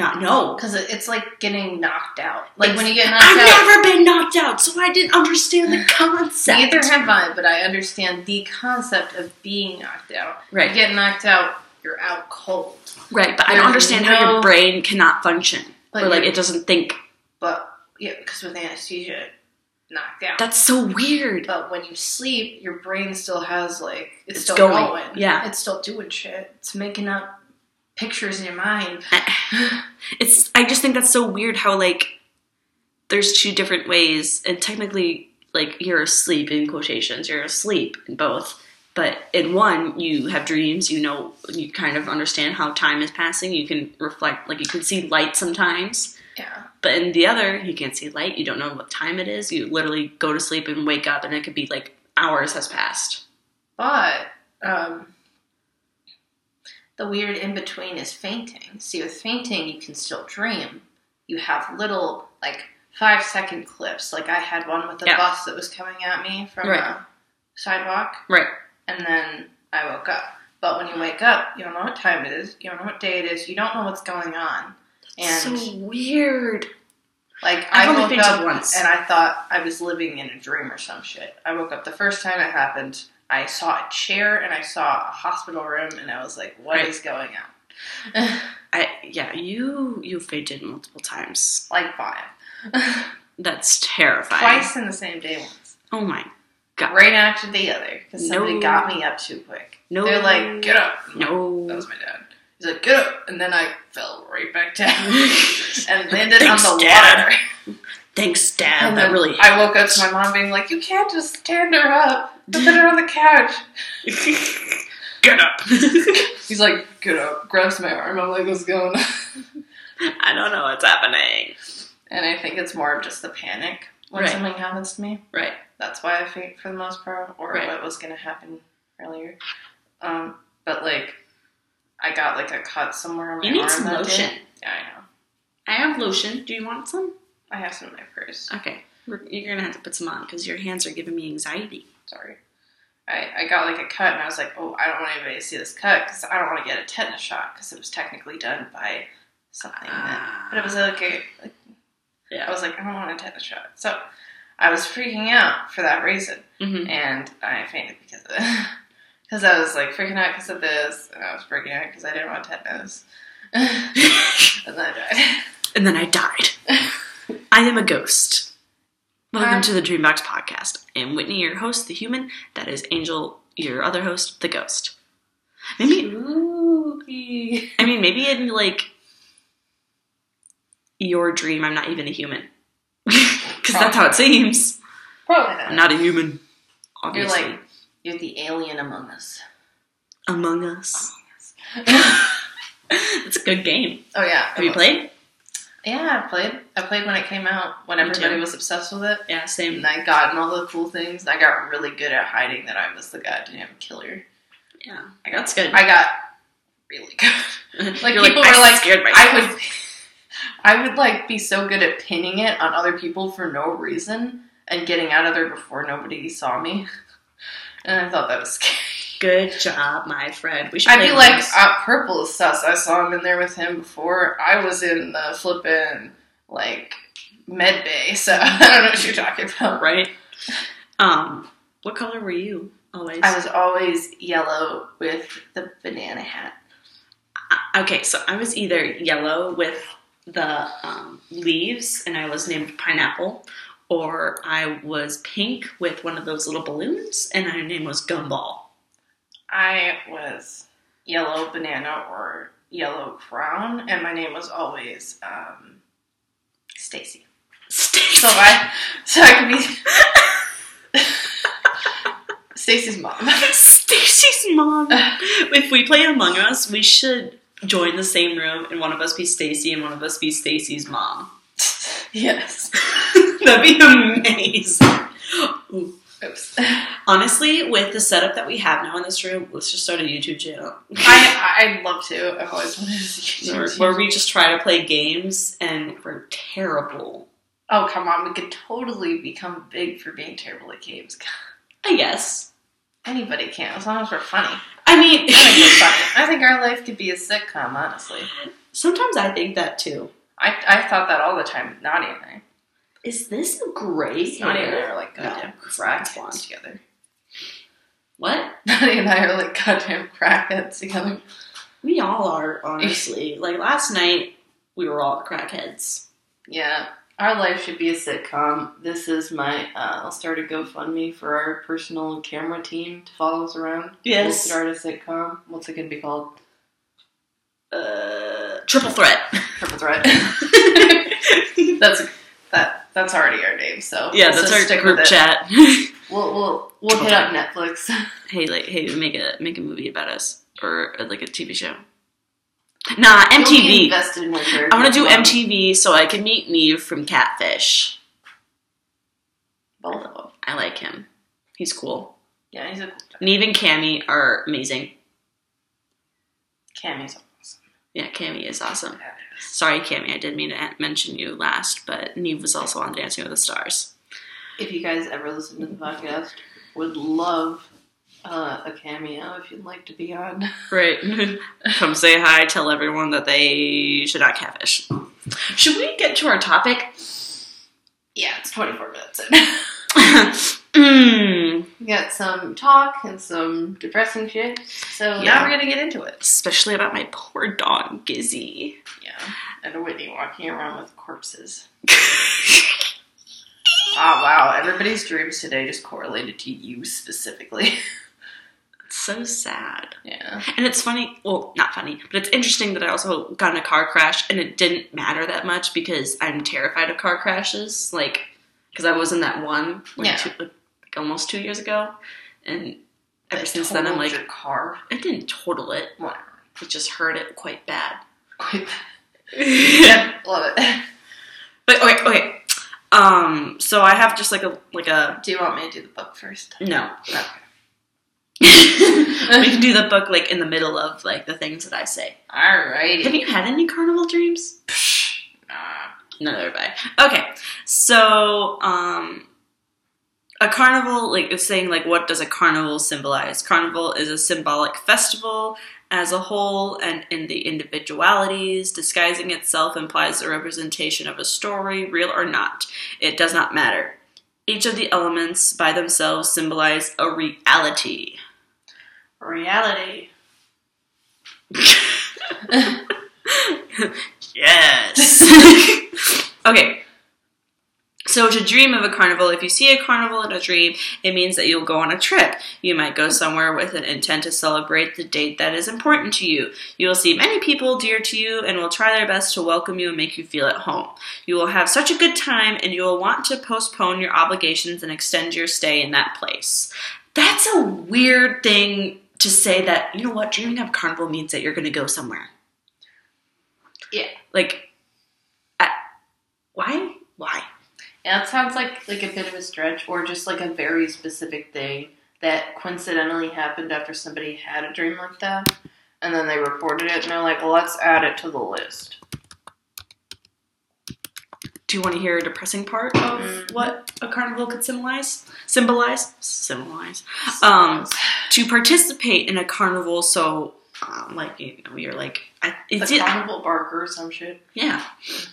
[SPEAKER 1] not know
[SPEAKER 2] Because it, it's like getting knocked out. Like when you get knocked
[SPEAKER 1] I've
[SPEAKER 2] out.
[SPEAKER 1] never been knocked out, so I didn't understand the concept.
[SPEAKER 2] Neither have I, but I understand the concept of being knocked out. You
[SPEAKER 1] Right,
[SPEAKER 2] get knocked out, you're out cold.
[SPEAKER 1] right, but I
[SPEAKER 2] There's
[SPEAKER 1] don't understand how
[SPEAKER 2] no-
[SPEAKER 1] your brain cannot function,
[SPEAKER 2] But
[SPEAKER 1] or like
[SPEAKER 2] you-
[SPEAKER 1] it doesn't think.
[SPEAKER 2] But yeah, because with anesthesia, knocked out.
[SPEAKER 1] That's so weird.
[SPEAKER 2] but when you sleep, your brain still has like it's,
[SPEAKER 1] It's
[SPEAKER 2] still going.
[SPEAKER 1] going, yeah.
[SPEAKER 2] it's still doing shit. It's making up pictures in your mind.
[SPEAKER 1] It's I just think that's so weird how like there's two different ways, and technically like you're asleep in quotations, you're asleep in both. But in one, you have dreams. You know, you kind of understand how time is passing. You can reflect, like you can see light sometimes.
[SPEAKER 2] Yeah,
[SPEAKER 1] But in the other, you can't see light. You don't know what time it is. You literally go to sleep and wake up, and it could be like hours has passed.
[SPEAKER 2] but um, the weird in between is fainting. See, with fainting, you can still dream. You have little like five second clips. Like I had one with the
[SPEAKER 1] Yeah.
[SPEAKER 2] bus that was coming at me from
[SPEAKER 1] Right.
[SPEAKER 2] a sidewalk.
[SPEAKER 1] Right.
[SPEAKER 2] and then I woke up. But when you wake up, you don't know what time it is, you don't know what day it is, you don't know what's going on. And
[SPEAKER 1] so weird.
[SPEAKER 2] like I
[SPEAKER 1] I've only
[SPEAKER 2] woke
[SPEAKER 1] fainted
[SPEAKER 2] up
[SPEAKER 1] once.
[SPEAKER 2] and I thought I was living in a dream or some shit. I woke up the first time it happened. I saw a chair and I saw a hospital room and I was like, "What is
[SPEAKER 1] Right.
[SPEAKER 2] going on?
[SPEAKER 1] I yeah. You you fainted multiple times.
[SPEAKER 2] Like five.
[SPEAKER 1] That's terrifying.
[SPEAKER 2] Twice in the same day once.
[SPEAKER 1] Oh my.
[SPEAKER 2] Right after the other. Because somebody
[SPEAKER 1] No.
[SPEAKER 2] got me up too quick.
[SPEAKER 1] No.
[SPEAKER 2] They're like, get up. That
[SPEAKER 1] No.
[SPEAKER 2] was my dad. He's like, get up. And then I fell right back down and landed on the
[SPEAKER 1] Thanks, Dad.
[SPEAKER 2] water.
[SPEAKER 1] Thanks, Dad.
[SPEAKER 2] And
[SPEAKER 1] That
[SPEAKER 2] then
[SPEAKER 1] really.
[SPEAKER 2] I woke up to my mom being like, "You can't just stand her up. Put her on the couch."
[SPEAKER 1] Get up.
[SPEAKER 2] He's like, "Get up!" Grabs my arm. I'm like, "What's going on?"
[SPEAKER 1] I don't know what's happening.
[SPEAKER 2] And I think it's more of just the panic when
[SPEAKER 1] Right.
[SPEAKER 2] something happens to me.
[SPEAKER 1] Right.
[SPEAKER 2] That's why I faint for the most part, or
[SPEAKER 1] Right.
[SPEAKER 2] what was going to happen earlier. Um, but like, I got like a cut somewhere on my
[SPEAKER 1] You need
[SPEAKER 2] arm
[SPEAKER 1] some
[SPEAKER 2] that day.
[SPEAKER 1] lotion.
[SPEAKER 2] Yeah, I know.
[SPEAKER 1] I have lotion. Do you want some?
[SPEAKER 2] I have some in my purse.
[SPEAKER 1] Okay. We're- You're gonna have to put some on because your hands are giving me anxiety.
[SPEAKER 2] Sorry. I, I got like a cut and I was like, oh, I don't want anybody to see this cut because I don't want to get a tetanus shot because it was technically done by something
[SPEAKER 1] Ah.
[SPEAKER 2] that But it was like, a, like I
[SPEAKER 1] yeah.
[SPEAKER 2] was like, I don't want a tetanus shot. So I was freaking out for that reason,
[SPEAKER 1] hmm
[SPEAKER 2] and I fainted because of it. Because I was like freaking out because of this, and I was freaking out because I didn't want tetanus, and then I died.
[SPEAKER 1] and then I died. I am a ghost. Welcome
[SPEAKER 2] Hi.
[SPEAKER 1] to the Dreambox podcast. I am Whitney, your host, the human. That is Angel, your other host, the ghost. Maybe
[SPEAKER 2] Spooky.
[SPEAKER 1] I mean maybe in like your dream, I'm not even a human because that's how it seems. I'm
[SPEAKER 2] Probably not.
[SPEAKER 1] not a human,
[SPEAKER 2] You're
[SPEAKER 1] obviously.
[SPEAKER 2] like you're the alien among us.
[SPEAKER 1] Among Us.
[SPEAKER 2] oh
[SPEAKER 1] It's a good game.
[SPEAKER 2] yeah.
[SPEAKER 1] Have you played?
[SPEAKER 2] Yeah, I played. I played when it came out when everybody
[SPEAKER 1] too.
[SPEAKER 2] was obsessed with it.
[SPEAKER 1] Yeah, same.
[SPEAKER 2] And I got in all the cool things. and I got really good at hiding that I was the goddamn killer.
[SPEAKER 1] Yeah,
[SPEAKER 2] I got
[SPEAKER 1] that's good.
[SPEAKER 2] I got really good.
[SPEAKER 1] You're
[SPEAKER 2] Like people were
[SPEAKER 1] "I'm
[SPEAKER 2] like,
[SPEAKER 1] scared myself."
[SPEAKER 2] I would, I would like be so good at pinning it on other people for no reason and getting out of there before nobody saw me. And I thought that was scary.
[SPEAKER 1] Good job, my friend. We should.
[SPEAKER 2] I'd be
[SPEAKER 1] play
[SPEAKER 2] like,
[SPEAKER 1] this.
[SPEAKER 2] uh, purple is sus. I saw him in there with him before I was in the flippin' like med bay. So I don't know what you're talking about.
[SPEAKER 1] right? Um, what color were you always?
[SPEAKER 2] I was always yellow with the banana hat.
[SPEAKER 1] Uh, okay, so I was either yellow with the um, leaves, and I was named Pineapple, or I was pink with one of those little balloons, and my name was Gumball.
[SPEAKER 2] I was yellow banana or yellow crown, and my name was always um, Stacy. So
[SPEAKER 1] Stacy.
[SPEAKER 2] I so I could be Stacy's mom.
[SPEAKER 1] Stacy's mom. if we play Among Us, we should join the same room, and one of us be Stacy, and one of us be Stacy's mom.
[SPEAKER 2] yes.
[SPEAKER 1] That'd be amazing.
[SPEAKER 2] Oops.
[SPEAKER 1] Honestly, with the setup that we have now in this room, let's just start a YouTube channel.
[SPEAKER 2] I I'd love to. I've always wanted to see
[SPEAKER 1] where,
[SPEAKER 2] YouTube.
[SPEAKER 1] where we just try to play games and we're terrible.
[SPEAKER 2] Oh come on, we could totally become big for being terrible at games. God,
[SPEAKER 1] I guess.
[SPEAKER 2] Anybody can, as long as we're funny.
[SPEAKER 1] I mean,
[SPEAKER 2] I think we're funny. I think our life could be a sitcom, honestly.
[SPEAKER 1] sometimes I think that too.
[SPEAKER 2] I, I thought that all the time. Naughty and I.
[SPEAKER 1] Is this a gray?
[SPEAKER 2] Naughty and I
[SPEAKER 1] hair?
[SPEAKER 2] are like
[SPEAKER 1] No,
[SPEAKER 2] goddamn
[SPEAKER 1] crack one.
[SPEAKER 2] crackheads together.
[SPEAKER 1] What?
[SPEAKER 2] Naughty and I are like goddamn crackheads together.
[SPEAKER 1] We all are, honestly. like last night, we were all crackheads.
[SPEAKER 2] Yeah. Our life should be a sitcom. This is my. Uh, I'll start a GoFundMe for our personal camera team to follow us around. We'll
[SPEAKER 1] Yes.
[SPEAKER 2] start a sitcom. What's it gonna be called?
[SPEAKER 1] Uh, triple threat.
[SPEAKER 2] Triple Threat. that's that. That's already our name. So
[SPEAKER 1] yeah,
[SPEAKER 2] let's
[SPEAKER 1] that's
[SPEAKER 2] just
[SPEAKER 1] our
[SPEAKER 2] stick with
[SPEAKER 1] group
[SPEAKER 2] it.
[SPEAKER 1] chat.
[SPEAKER 2] We'll we'll we'll hit up Netflix.
[SPEAKER 1] hey, like, hey, make a make a movie about us or uh, like a TV show. Nah,
[SPEAKER 2] We'll be
[SPEAKER 1] MTV.
[SPEAKER 2] invested in your character.
[SPEAKER 1] I want to do
[SPEAKER 2] Come on.
[SPEAKER 1] MTV so I can meet Neve from Catfish.
[SPEAKER 2] Both of them.
[SPEAKER 1] I like him. He's cool.
[SPEAKER 2] Yeah, he's a cool guy.
[SPEAKER 1] Neve and Cammy are amazing.
[SPEAKER 2] Cammy's awesome.
[SPEAKER 1] Yeah, Cammy is awesome. Sorry, Cammy, I did mean to mention you last, but Neve was also on Dancing with the Stars.
[SPEAKER 2] If you guys ever listen to the podcast, would love uh, a cameo if you'd like to be on.
[SPEAKER 1] Right. Come say hi, tell everyone that they should not catfish. Should we get to our topic?
[SPEAKER 2] Yeah, it's 24 minutes in.
[SPEAKER 1] Mm,
[SPEAKER 2] we got some talk and some depressing shit, so
[SPEAKER 1] Yeah.
[SPEAKER 2] now we're gonna get into it.
[SPEAKER 1] Especially about my poor dog, Gizzy.
[SPEAKER 2] Yeah, and Whitney walking around with corpses. Ah, wow, everybody's dreams today just correlated to you specifically.
[SPEAKER 1] It's so sad.
[SPEAKER 2] yeah.
[SPEAKER 1] And it's funny, well, not funny, but it's interesting that I also got in a car crash and it didn't matter that much because I'm terrified of car crashes. Like, because I was in that one like,
[SPEAKER 2] Yeah.
[SPEAKER 1] two, like almost two years ago. And ever
[SPEAKER 2] That
[SPEAKER 1] since then, I'm
[SPEAKER 2] totaled
[SPEAKER 1] like,
[SPEAKER 2] your car.
[SPEAKER 1] it didn't total it.
[SPEAKER 2] Whatever.
[SPEAKER 1] It just hurt it quite bad.
[SPEAKER 2] Quite yep, love it.
[SPEAKER 1] But okay, okay. Um, so I have just like a like a
[SPEAKER 2] Do you want me to do the book first?
[SPEAKER 1] no.
[SPEAKER 2] Okay.
[SPEAKER 1] we can do the book like in the middle of like the things that I say. Have
[SPEAKER 2] Alrighty.
[SPEAKER 1] you had any carnival dreams?
[SPEAKER 2] Nah.
[SPEAKER 1] Neither have I. Okay, so um, a carnival like it's saying like what does a carnival symbolize? Carnival is a symbolic festival as a whole and in the individualities. Disguising itself implies the representation of a story, real or not. It does not matter. Each of the elements by themselves symbolize a reality.
[SPEAKER 2] Reality.
[SPEAKER 1] yes. okay. So to dream of a carnival, if you see a carnival in a dream, it means that you'll go on a trip. You might go somewhere with an intent to celebrate the date that is important to you. You will see many people dear to you and will try their best to welcome you and make you feel at home. You will have such a good time and you will want to postpone your obligations and extend your stay in that place. That's a weird thing to say that, you know what, dreaming of carnival means that you're going to go somewhere.
[SPEAKER 2] Yeah.
[SPEAKER 1] Like, I, why? Why?
[SPEAKER 2] Yeah, it sounds like like a bit of a stretch or just like a very specific thing that coincidentally happened after somebody had a dream like that and then they reported it and they're like, well, let's add it to the list.
[SPEAKER 1] Do you want to hear a depressing part of
[SPEAKER 2] Mm.
[SPEAKER 1] what a carnival could symbolize? Symbolize? Symbolize. Um, To participate in a carnival, so, um, like, you know, you're like, I,
[SPEAKER 2] the
[SPEAKER 1] is it,
[SPEAKER 2] carnival barker or some shit.
[SPEAKER 1] yeah.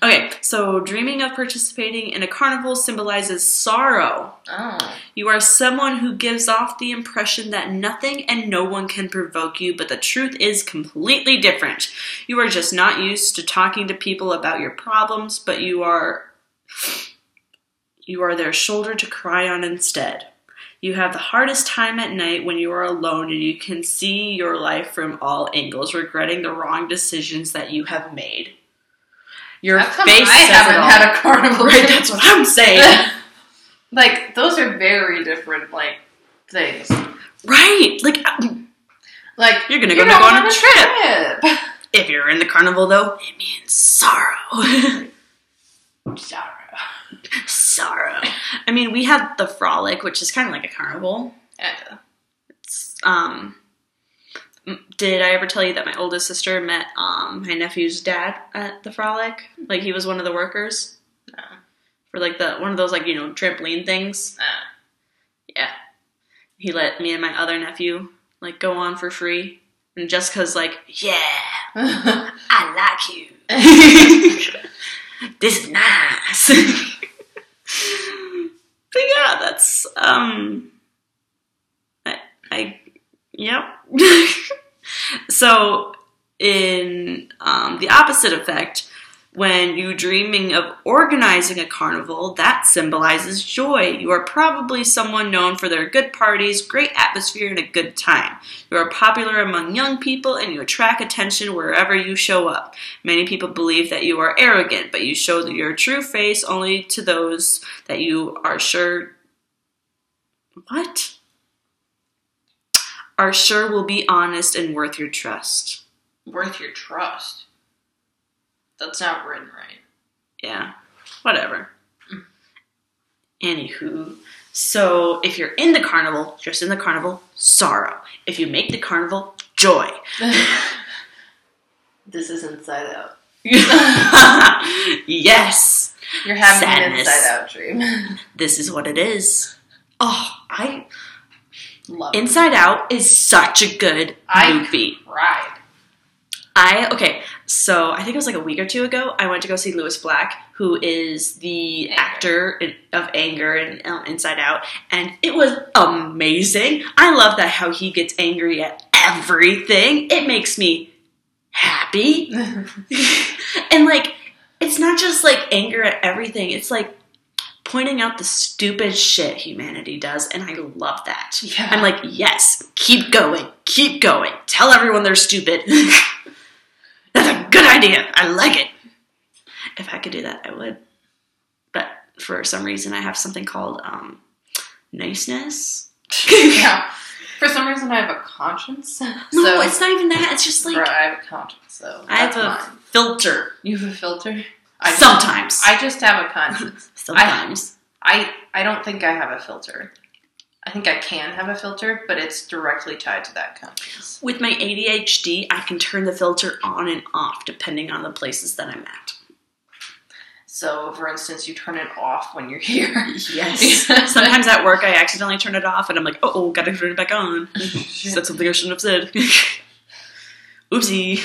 [SPEAKER 1] Okay, so dreaming of participating in a carnival symbolizes sorrow.
[SPEAKER 2] Oh.
[SPEAKER 1] You are someone who gives off the impression that nothing and no one can provoke you, but the truth is completely different. You are just not used to talking to people about your problems, but you are you are their shoulder to cry on instead. You have the hardest time at night when you are alone and you can see your life from all angles, regretting the wrong decisions that you have made. Your
[SPEAKER 2] How come
[SPEAKER 1] face
[SPEAKER 2] I
[SPEAKER 1] says it
[SPEAKER 2] haven't
[SPEAKER 1] all.
[SPEAKER 2] had a carnival
[SPEAKER 1] Right, that's what I'm saying.
[SPEAKER 2] like, those are very different, like, things.
[SPEAKER 1] right. Like I-
[SPEAKER 2] Like,
[SPEAKER 1] You're gonna
[SPEAKER 2] you
[SPEAKER 1] go
[SPEAKER 2] don't
[SPEAKER 1] on
[SPEAKER 2] have
[SPEAKER 1] a
[SPEAKER 2] trip.
[SPEAKER 1] If you're in the carnival, though, it means sorrow.
[SPEAKER 2] Sorry.
[SPEAKER 1] sorrow. I mean, we had the frolic, which is kind of like a carnival.
[SPEAKER 2] Yeah.
[SPEAKER 1] It's, um, m- did I ever tell you that my oldest sister met um, my nephew's dad at the frolic? Like he was one of the workers
[SPEAKER 2] No.
[SPEAKER 1] for like the one of those like you know trampoline things.
[SPEAKER 2] Ah.
[SPEAKER 1] Yeah, he let me and my other nephew like go on for free, and just cause like yeah, I like you. this is nice. but yeah, that's um, I, I yep. so in um, the opposite effect, when you dreaming of organizing a carnival, that symbolizes joy. You are probably someone known for their good parties, great atmosphere, and a good time. You are popular among young people and you attract attention wherever you show up. Many people believe that you are arrogant, but you show your true face only to those that you are sure. What? Are sure will be honest and worth your trust.
[SPEAKER 2] worth your trust. That's not written right.
[SPEAKER 1] yeah, whatever. Anywho, so if you're in the carnival, just in the carnival, sorrow. If you make the carnival, joy.
[SPEAKER 2] this is inside out.
[SPEAKER 1] yes,
[SPEAKER 2] You're having an
[SPEAKER 1] Sadness.
[SPEAKER 2] inside out dream.
[SPEAKER 1] this is what it is. Oh, I
[SPEAKER 2] Love it.
[SPEAKER 1] Inside Out is such a good
[SPEAKER 2] I-
[SPEAKER 1] movie.
[SPEAKER 2] Ride.
[SPEAKER 1] I okay, so I think it was like a week or two ago. I went to go see Lewis Black, who is the
[SPEAKER 2] Anger.
[SPEAKER 1] actor in, of Anger and um, Inside Out, and it was amazing. I love that how he gets angry at everything. It makes me happy, and like it's not just like anger at everything. It's like pointing out the stupid shit humanity does, and I love that.
[SPEAKER 2] Yeah.
[SPEAKER 1] I'm like, yes, keep going, keep going. Tell everyone they're stupid. That's a good idea. I like it. If I could do that, I would. But for some reason, I have something called um, niceness.
[SPEAKER 2] yeah. For some reason, I have a conscience. No,
[SPEAKER 1] no, it's not even that. It's just like
[SPEAKER 2] I have a conscience, so
[SPEAKER 1] I have
[SPEAKER 2] that's
[SPEAKER 1] a
[SPEAKER 2] mine.
[SPEAKER 1] filter.
[SPEAKER 2] You have a filter. I just-
[SPEAKER 1] Sometimes.
[SPEAKER 2] I just have a conscience.
[SPEAKER 1] Sometimes.
[SPEAKER 2] I I don't think I have a filter. I think I can have a filter, but it's directly tied to that conscience.
[SPEAKER 1] With my ADHD, I can turn the filter on and off depending on the places that I'm at.
[SPEAKER 2] So, for instance, you turn it off when you're here.
[SPEAKER 1] Yes. Sometimes at work, I accidentally turn it off and I'm like, oh, oh gotta turn it back on. Said something I shouldn't have said. Oopsie.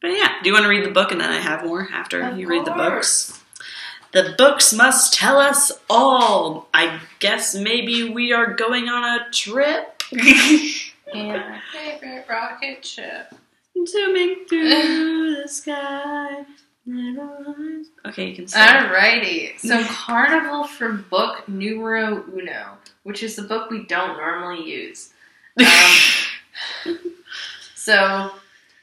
[SPEAKER 1] But yeah, do you want to read the book and then I have more after
[SPEAKER 2] Of
[SPEAKER 1] you read the books? The books must tell us all. I guess maybe we are going on a trip.
[SPEAKER 2] Yeah. Favorite rocket ship.
[SPEAKER 1] Zooming through the sky. Okay, you can start.
[SPEAKER 2] Alrighty. So, Carnival for book numero uno, which is the book we don't normally use. Um, so,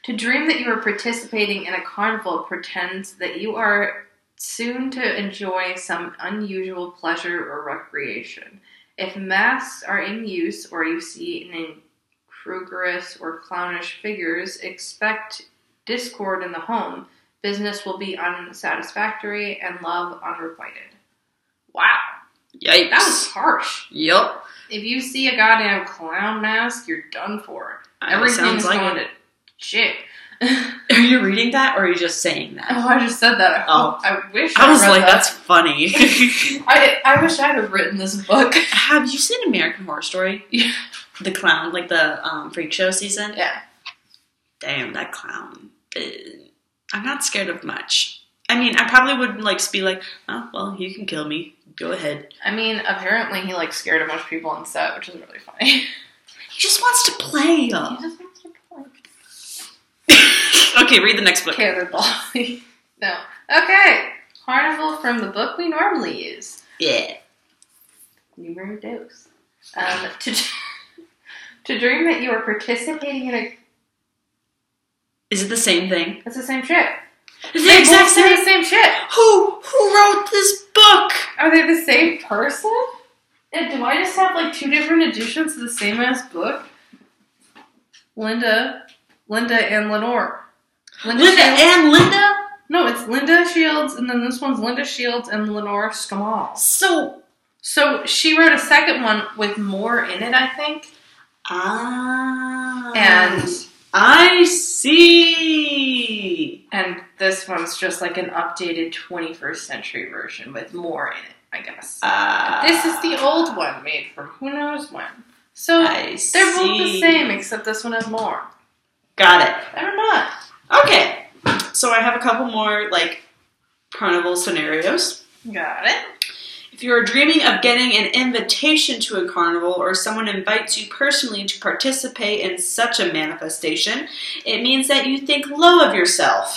[SPEAKER 2] to dream that you are participating in a carnival pretends that you are soon to enjoy some unusual pleasure or recreation. If masks are in use or you see an incongruous or clownish figures, expect discord in the home. Business will be unsatisfactory and love unrequited. Wow,
[SPEAKER 1] Yikes.
[SPEAKER 2] that was harsh.
[SPEAKER 1] Yup.
[SPEAKER 2] If you see a goddamn clown mask, you're done for. Everything's
[SPEAKER 1] Sounds like
[SPEAKER 2] going
[SPEAKER 1] it.
[SPEAKER 2] to shit.
[SPEAKER 1] Are you reading that or are you just saying that?
[SPEAKER 2] Oh, I just said that. I,
[SPEAKER 1] Oh.
[SPEAKER 2] I wish I,
[SPEAKER 1] I was
[SPEAKER 2] read
[SPEAKER 1] like,
[SPEAKER 2] that.
[SPEAKER 1] that's funny.
[SPEAKER 2] I, I wish I'd have written this book.
[SPEAKER 1] Have you seen American Horror Story?
[SPEAKER 2] Yeah.
[SPEAKER 1] The clown, like the um, freak show season?
[SPEAKER 2] Yeah.
[SPEAKER 1] Damn, that clown. Uh, I'm not scared of much. I mean, I probably would like be like, oh, well, you can kill me. Go ahead.
[SPEAKER 2] I mean, apparently he like scared a bunch of people on set, which is really funny.
[SPEAKER 1] He just wants to play.
[SPEAKER 2] He just wants to play.
[SPEAKER 1] okay, read the next book.
[SPEAKER 2] Okay, the ball. no. Okay. Carnival from the book we normally use.
[SPEAKER 1] Yeah.
[SPEAKER 2] Numero dos. Um, to, to dream that you are participating in a.
[SPEAKER 1] Is it the same thing?
[SPEAKER 2] It's the same shit.
[SPEAKER 1] Is
[SPEAKER 2] They
[SPEAKER 1] it exact
[SPEAKER 2] both say
[SPEAKER 1] same?
[SPEAKER 2] the same shit.
[SPEAKER 1] Who who wrote this book?
[SPEAKER 2] Are they the same person? And do I just have like two different editions of the same ass book? Linda, Linda and Lenore.
[SPEAKER 1] Linda
[SPEAKER 2] Shields-
[SPEAKER 1] and Linda.
[SPEAKER 2] no, it's Linda Shields, and then this one's Linda Shields and Lenore Scamal.
[SPEAKER 1] So
[SPEAKER 2] So she wrote a second one with more in it, I think,
[SPEAKER 1] ah,
[SPEAKER 2] and
[SPEAKER 1] I see.
[SPEAKER 2] and this one's just like an updated 21st century version with more in it, I guess.
[SPEAKER 1] Ah,
[SPEAKER 2] This is the old one made from who knows when. So
[SPEAKER 1] I
[SPEAKER 2] They're both the
[SPEAKER 1] see.
[SPEAKER 2] same, except this one has more.
[SPEAKER 1] Got it.
[SPEAKER 2] They're not.
[SPEAKER 1] Okay. So I have a couple more like carnival scenarios.
[SPEAKER 2] Got it.
[SPEAKER 1] If you are dreaming of getting an invitation to a carnival or someone invites you personally to participate in such a manifestation, it means that you think low of yourself.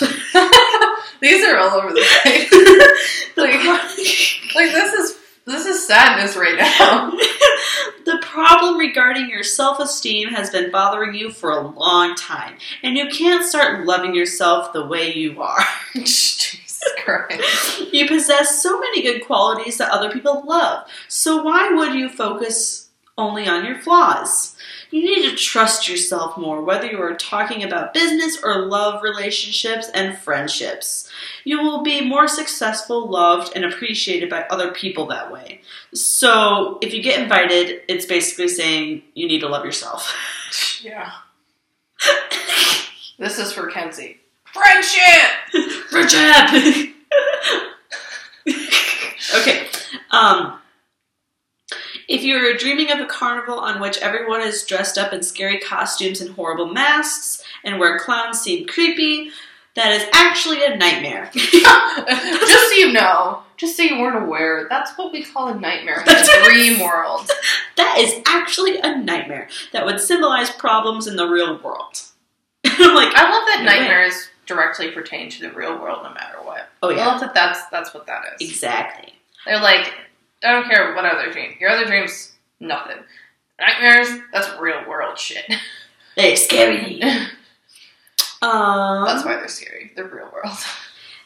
[SPEAKER 2] These are all over the place.
[SPEAKER 1] The
[SPEAKER 2] like this is this is sadness right now.
[SPEAKER 1] The problem regarding your self esteem has been bothering you for a long time, and you can't start loving yourself the way you are.
[SPEAKER 2] Jesus Christ.
[SPEAKER 1] You possess so many good qualities that other people love, so why would you focus only on your flaws? You need to trust yourself more, whether you are talking about business or love relationships and friendships. You will be more successful, loved, and appreciated by other people that way. So, if you get invited, it's basically saying you need to love yourself.
[SPEAKER 2] Yeah. This is for Kenzie. Friendship.
[SPEAKER 1] Friendship. okay. Um, if you're dreaming of a carnival on which everyone is dressed up in scary costumes and horrible masks, and where clowns seem creepy, that is actually a nightmare.
[SPEAKER 2] just so you know, just so you weren't aware, that's what we call a nightmare in
[SPEAKER 1] That's
[SPEAKER 2] the
[SPEAKER 1] what
[SPEAKER 2] dream world.
[SPEAKER 1] that is actually a nightmare that would symbolize problems in the real world. I'm like,
[SPEAKER 2] I love that
[SPEAKER 1] You're right.
[SPEAKER 2] nightmares directly pertain to the real world, no matter what.
[SPEAKER 1] oh
[SPEAKER 2] I
[SPEAKER 1] yeah,
[SPEAKER 2] love that. That's that's what that is.
[SPEAKER 1] exactly.
[SPEAKER 2] They're like, I don't care what other dream. Your other dreams, nothing. Nightmares, that's real world shit.
[SPEAKER 1] They're scary.
[SPEAKER 2] that's
[SPEAKER 1] Um,
[SPEAKER 2] why they're scary. They're real world.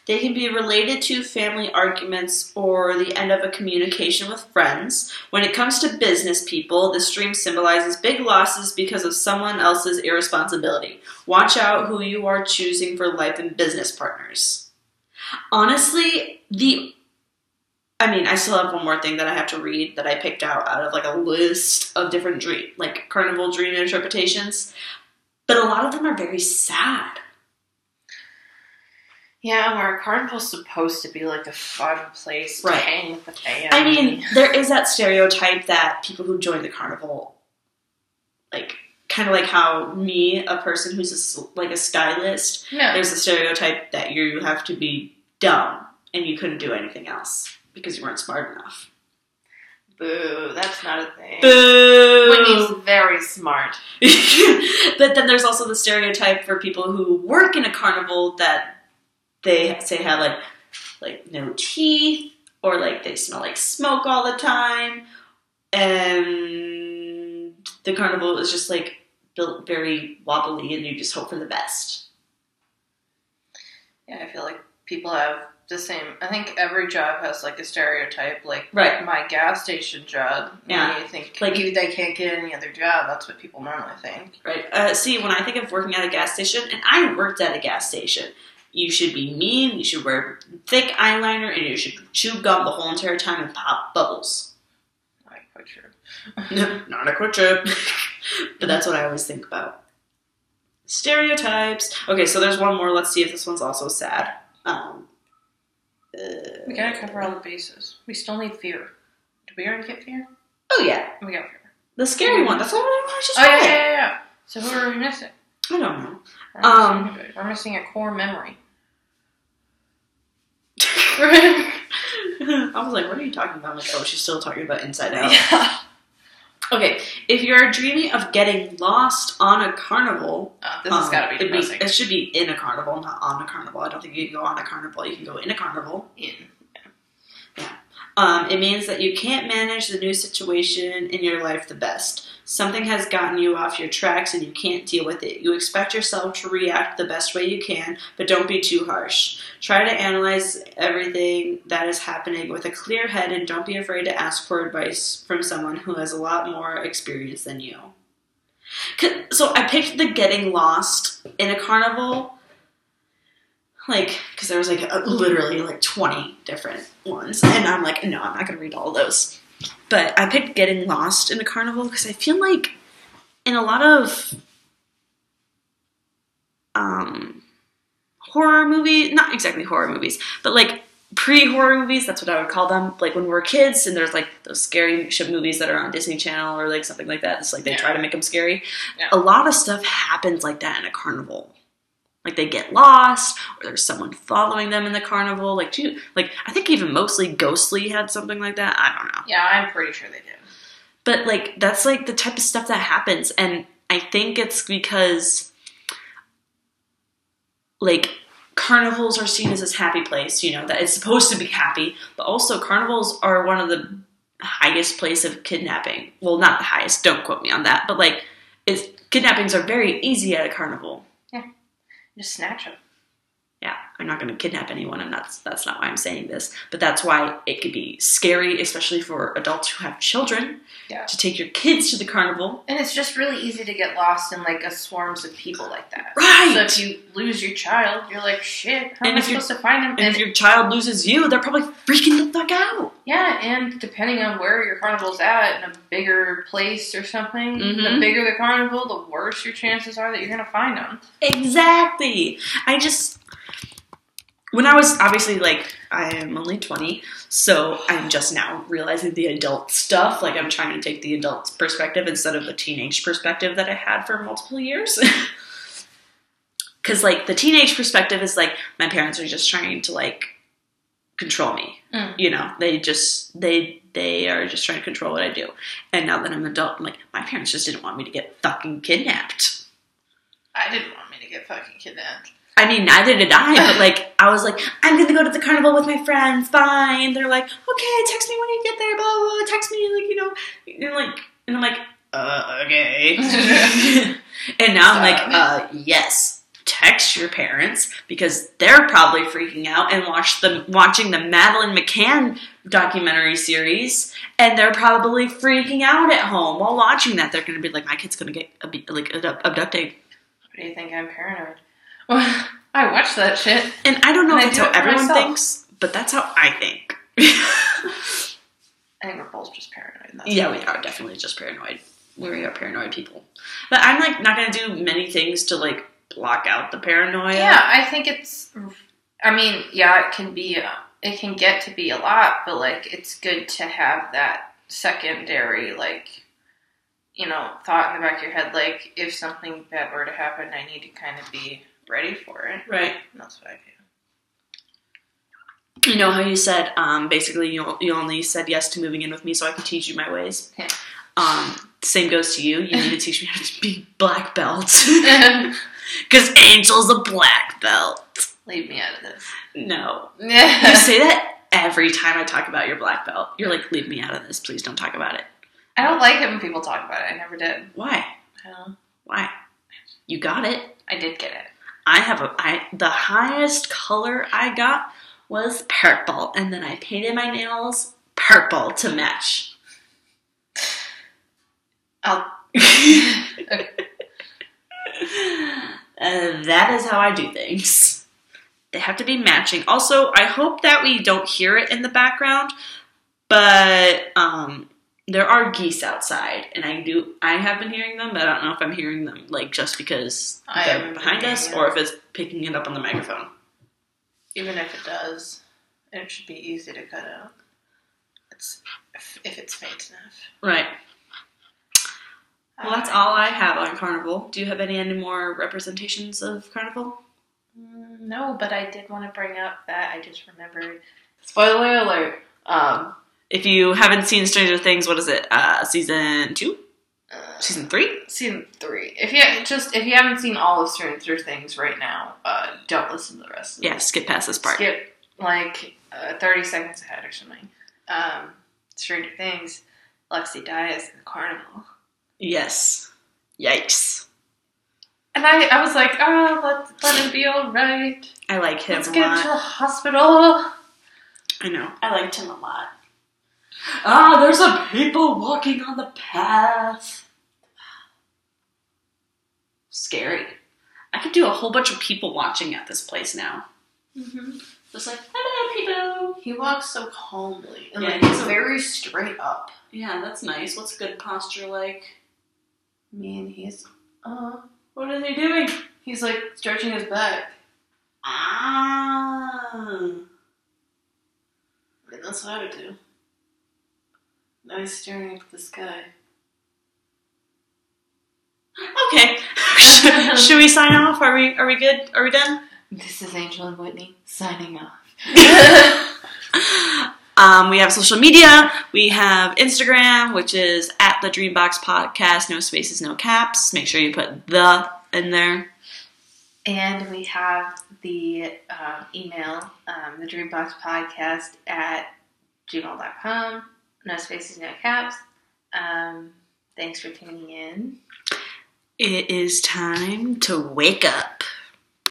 [SPEAKER 1] They can be related to family arguments or the end of a communication with friends. When it comes to business people, this dream symbolizes big losses because of someone else's irresponsibility. Watch out who you are choosing for life and business partners. Honestly, the I mean, I still have one more thing that I have to read that I picked out out of like a list of different dream, like carnival dream interpretations, but a lot of them are very sad.
[SPEAKER 2] Yeah, where carnival's supposed to be like a fun place
[SPEAKER 1] Right.
[SPEAKER 2] to hang with the family.
[SPEAKER 1] I mean, there is that stereotype that people who join the carnival, like kind of like how me, a person who's a s like a stylist,
[SPEAKER 2] no,
[SPEAKER 1] there's a stereotype that you have to be dumb and you couldn't do anything else because you weren't smart enough.
[SPEAKER 2] boo, that's not a thing.
[SPEAKER 1] Boo!
[SPEAKER 2] Whitney's very smart.
[SPEAKER 1] but then there's also the stereotype for people who work in a carnival that they say have like like no teeth or like they smell like smoke all the time and the carnival is just like built very wobbly and you just hope for the best
[SPEAKER 2] Yeah, I feel like people have the same. I think every job has like a stereotype, like
[SPEAKER 1] Right.
[SPEAKER 2] my gas station job.
[SPEAKER 1] Yeah.
[SPEAKER 2] and you think
[SPEAKER 1] Like-
[SPEAKER 2] like you, they can't get any other job. That's what people normally think.
[SPEAKER 1] right uh, see when i think of working at a gas station and i worked at a gas station you should be mean you should wear thick eyeliner and you should chew gum the whole entire time and pop bubbles
[SPEAKER 2] Like, quite true.
[SPEAKER 1] not a quick trip. but that's what I always think about. Stereotypes. Okay, so there's one more. Let's see if this one's also sad. Um, uh,
[SPEAKER 2] We gotta cover all the bases. We still need fear. Did we already get fear?
[SPEAKER 1] oh yeah,
[SPEAKER 2] We got fear.
[SPEAKER 1] the scary one. That's what I was just
[SPEAKER 2] Oh yeah,
[SPEAKER 1] read.
[SPEAKER 2] yeah, yeah. yeah. So who are we missing?
[SPEAKER 1] I don't know.
[SPEAKER 2] We're missing
[SPEAKER 1] Um,
[SPEAKER 2] everybody. we're missing a core memory.
[SPEAKER 1] I was like, what are you talking about? I'm like, oh, she's still talking about Inside Out.
[SPEAKER 2] yeah.
[SPEAKER 1] Okay, if you are dreaming of getting lost on a carnival,
[SPEAKER 2] Oh, this has
[SPEAKER 1] um,
[SPEAKER 2] gotta be
[SPEAKER 1] it'd be-
[SPEAKER 2] depressing.
[SPEAKER 1] it should be in a carnival, not on a carnival. I don't think you can go on a carnival. You can go in a carnival.
[SPEAKER 2] In.
[SPEAKER 1] Um, it means that you can't manage the new situation in your life the best. Something has gotten you off your tracks and you can't deal with it. You expect yourself to react the best way you can, but don't be too harsh. Try to analyze everything that is happening with a clear head and don't be afraid to ask for advice from someone who has a lot more experience than you. 'Cause- So I picked the getting lost in a carnival, like, because there was like a, literally like 20 different ones. And I'm like, no, I'm not going to read all those. But I picked getting lost in a carnival because I feel like in a lot of um, horror movie not exactly horror movies, but like pre-horror movies, that's what I would call them. Like when we were kids and there's like those scary shit movies that are on Disney Channel or like something like that. It's like they
[SPEAKER 2] Yeah.
[SPEAKER 1] try to make them scary.
[SPEAKER 2] Yeah.
[SPEAKER 1] A lot of stuff happens like that in a carnival. Like they get lost, or there's someone following them in the carnival. Like, do you, like I think even mostly Ghostly had something like that. I don't know
[SPEAKER 2] Yeah, I'm pretty sure they did.
[SPEAKER 1] but like that's like the type of stuff that happens and i think it's because like carnivals are seen as this happy place you know that it's supposed to be happy but also carnivals are one of the highest place of kidnapping well not the highest don't quote me on that but like it's kidnappings are very easy at a carnival
[SPEAKER 2] Just snatch them.
[SPEAKER 1] yeah i'm not going to kidnap anyone and that's that's not why i'm saying this but that's why it could be scary especially for adults who have children
[SPEAKER 2] Yeah.
[SPEAKER 1] to take your kids to the carnival
[SPEAKER 2] And it's just really easy to get lost in like a swarms of people like that.
[SPEAKER 1] Right.
[SPEAKER 2] So if you lose your child, you're like, shit, how
[SPEAKER 1] And
[SPEAKER 2] am I
[SPEAKER 1] if you-
[SPEAKER 2] supposed to find him?
[SPEAKER 1] and if your child loses you, they're probably freaking the fuck out.
[SPEAKER 2] yeah, and depending on where your carnival's at, in a bigger place or something,
[SPEAKER 1] Mhm.
[SPEAKER 2] the bigger the carnival, the worse your chances are that you're gonna find them.
[SPEAKER 1] Exactly. I just when I was obviously like I am only 20, so I'm just now realizing the adult stuff. Like I'm trying to take the adult's perspective instead of the teenage perspective that I had for multiple years. Cuz like the teenage perspective is like my parents are just trying to like control me.
[SPEAKER 2] Mm.
[SPEAKER 1] You know, they just they they are just trying to control what I do. And now that I'm an adult, I'm like my parents just didn't want me to get fucking kidnapped.
[SPEAKER 2] I didn't want me to get fucking kidnapped.
[SPEAKER 1] I mean, neither did I, but like, I was like, I'm gonna go to the carnival with my friends, bye. And they're like, okay, text me when you get there, blah, blah, blah, text me, like, you know, and like, and I'm like, uh, okay. and now I'm like, uh, yes, text your parents because they're probably freaking out and watch the watching the Madeline McCann documentary series and they're probably freaking out at home while watching that. They're going to be like, my kid's going to get ab- like ab- abducted.
[SPEAKER 2] What do you think? I'm paranoid. Well, I watch that shit.
[SPEAKER 1] And I don't know
[SPEAKER 2] And I
[SPEAKER 1] if that's
[SPEAKER 2] do
[SPEAKER 1] how
[SPEAKER 2] it for
[SPEAKER 1] everyone
[SPEAKER 2] myself.
[SPEAKER 1] thinks, but that's how I think.
[SPEAKER 2] I think we're both just paranoid. That's
[SPEAKER 1] yeah,
[SPEAKER 2] all.
[SPEAKER 1] we are definitely just paranoid. We are paranoid people. But I'm like not going to do many things to like block out the paranoia.
[SPEAKER 2] Yeah, I think it's. I mean, yeah, it can be. It can get to be a lot, but like, it's good to have that secondary, like, you know, thought in the back of your head. Like, if something bad were to happen, I need to kind of be ready for it.
[SPEAKER 1] Right.
[SPEAKER 2] And that's what I do.
[SPEAKER 1] You know how you said um, basically you, you only said yes to moving in with me so I could teach you my ways.
[SPEAKER 2] Yeah.
[SPEAKER 1] Um, same goes to you. You need to teach me how to be black belt because Angel's a black belt.
[SPEAKER 2] Leave me out of this.
[SPEAKER 1] No, you
[SPEAKER 2] I
[SPEAKER 1] say that every time I talk about your black belt. You're like, leave me out of this. Please don't talk about it.
[SPEAKER 2] don't like it when people talk about it. I never did.
[SPEAKER 1] Why?
[SPEAKER 2] I don't know.
[SPEAKER 1] Why? You got it.
[SPEAKER 2] I did get it.
[SPEAKER 1] I have a I the highest color I got was purple, and then I painted my nails purple to match. Um,
[SPEAKER 2] I'll-
[SPEAKER 1] Uh, that is how I do things. They have to be matching. Also, I hope that we don't hear it in the background, but um, there are geese outside, and I do. I have been hearing them, but I don't know if I'm hearing them like just because
[SPEAKER 2] I
[SPEAKER 1] they're
[SPEAKER 2] haven't been
[SPEAKER 1] behind
[SPEAKER 2] hearing
[SPEAKER 1] us,
[SPEAKER 2] it.
[SPEAKER 1] or if it's picking it up on the microphone.
[SPEAKER 2] Even if it does, it should be easy to cut out. It's if, if it's faint enough. Uh,
[SPEAKER 1] Right. Well, that's all I have on Carnival. Do you have any, any more representations of Carnival?
[SPEAKER 2] Mm, No, but I did want to bring up that I just remembered. Spoiler alert. Um,
[SPEAKER 1] If you haven't seen Stranger Things, what is it? Uh, season two?
[SPEAKER 2] uh,
[SPEAKER 1] Season three?
[SPEAKER 2] season three. If you just if you haven't seen all of Stranger Things right now, uh, don't listen to the rest. Of
[SPEAKER 1] Yeah,
[SPEAKER 2] it.
[SPEAKER 1] skip past this part.
[SPEAKER 2] Skip like uh, thirty seconds ahead or something. Um, Stranger Things. Lexi dies in the carnival.
[SPEAKER 1] Yes. Yikes.
[SPEAKER 2] And I, I was like, oh, let, let him be alright.
[SPEAKER 1] I like him
[SPEAKER 2] Let's
[SPEAKER 1] a
[SPEAKER 2] get
[SPEAKER 1] lot.
[SPEAKER 2] him to the hospital.
[SPEAKER 1] I know. I liked him a lot. Ah, there's a people walking on the path. Scary. I could do a whole bunch of people watching at this place now. Just like, hello, people.
[SPEAKER 2] Mm-hmm. He walks so calmly and
[SPEAKER 1] Yeah,
[SPEAKER 2] like
[SPEAKER 1] he's
[SPEAKER 2] he's
[SPEAKER 1] a-
[SPEAKER 2] very straight up.
[SPEAKER 1] Yeah, that's nice. What's good posture like?
[SPEAKER 2] I mean, he's uh,
[SPEAKER 1] What are they doing?
[SPEAKER 2] he's like stretching his back.
[SPEAKER 1] Ah.
[SPEAKER 2] I mean, that's what I would do. Now he's staring at the sky.
[SPEAKER 1] Okay. Should we sign off? Are we are we good? Are we done?
[SPEAKER 2] This is Angel and Whitney signing off.
[SPEAKER 1] Um, we have social media. We have Instagram, which is at the Dreambox Podcast, no spaces, no caps. Make sure you put the in there.
[SPEAKER 2] and we have the um, email, um, the Dreambox Podcast at gmail.com. No spaces, no caps. Um, thanks for tuning in.
[SPEAKER 1] It is time to wake up.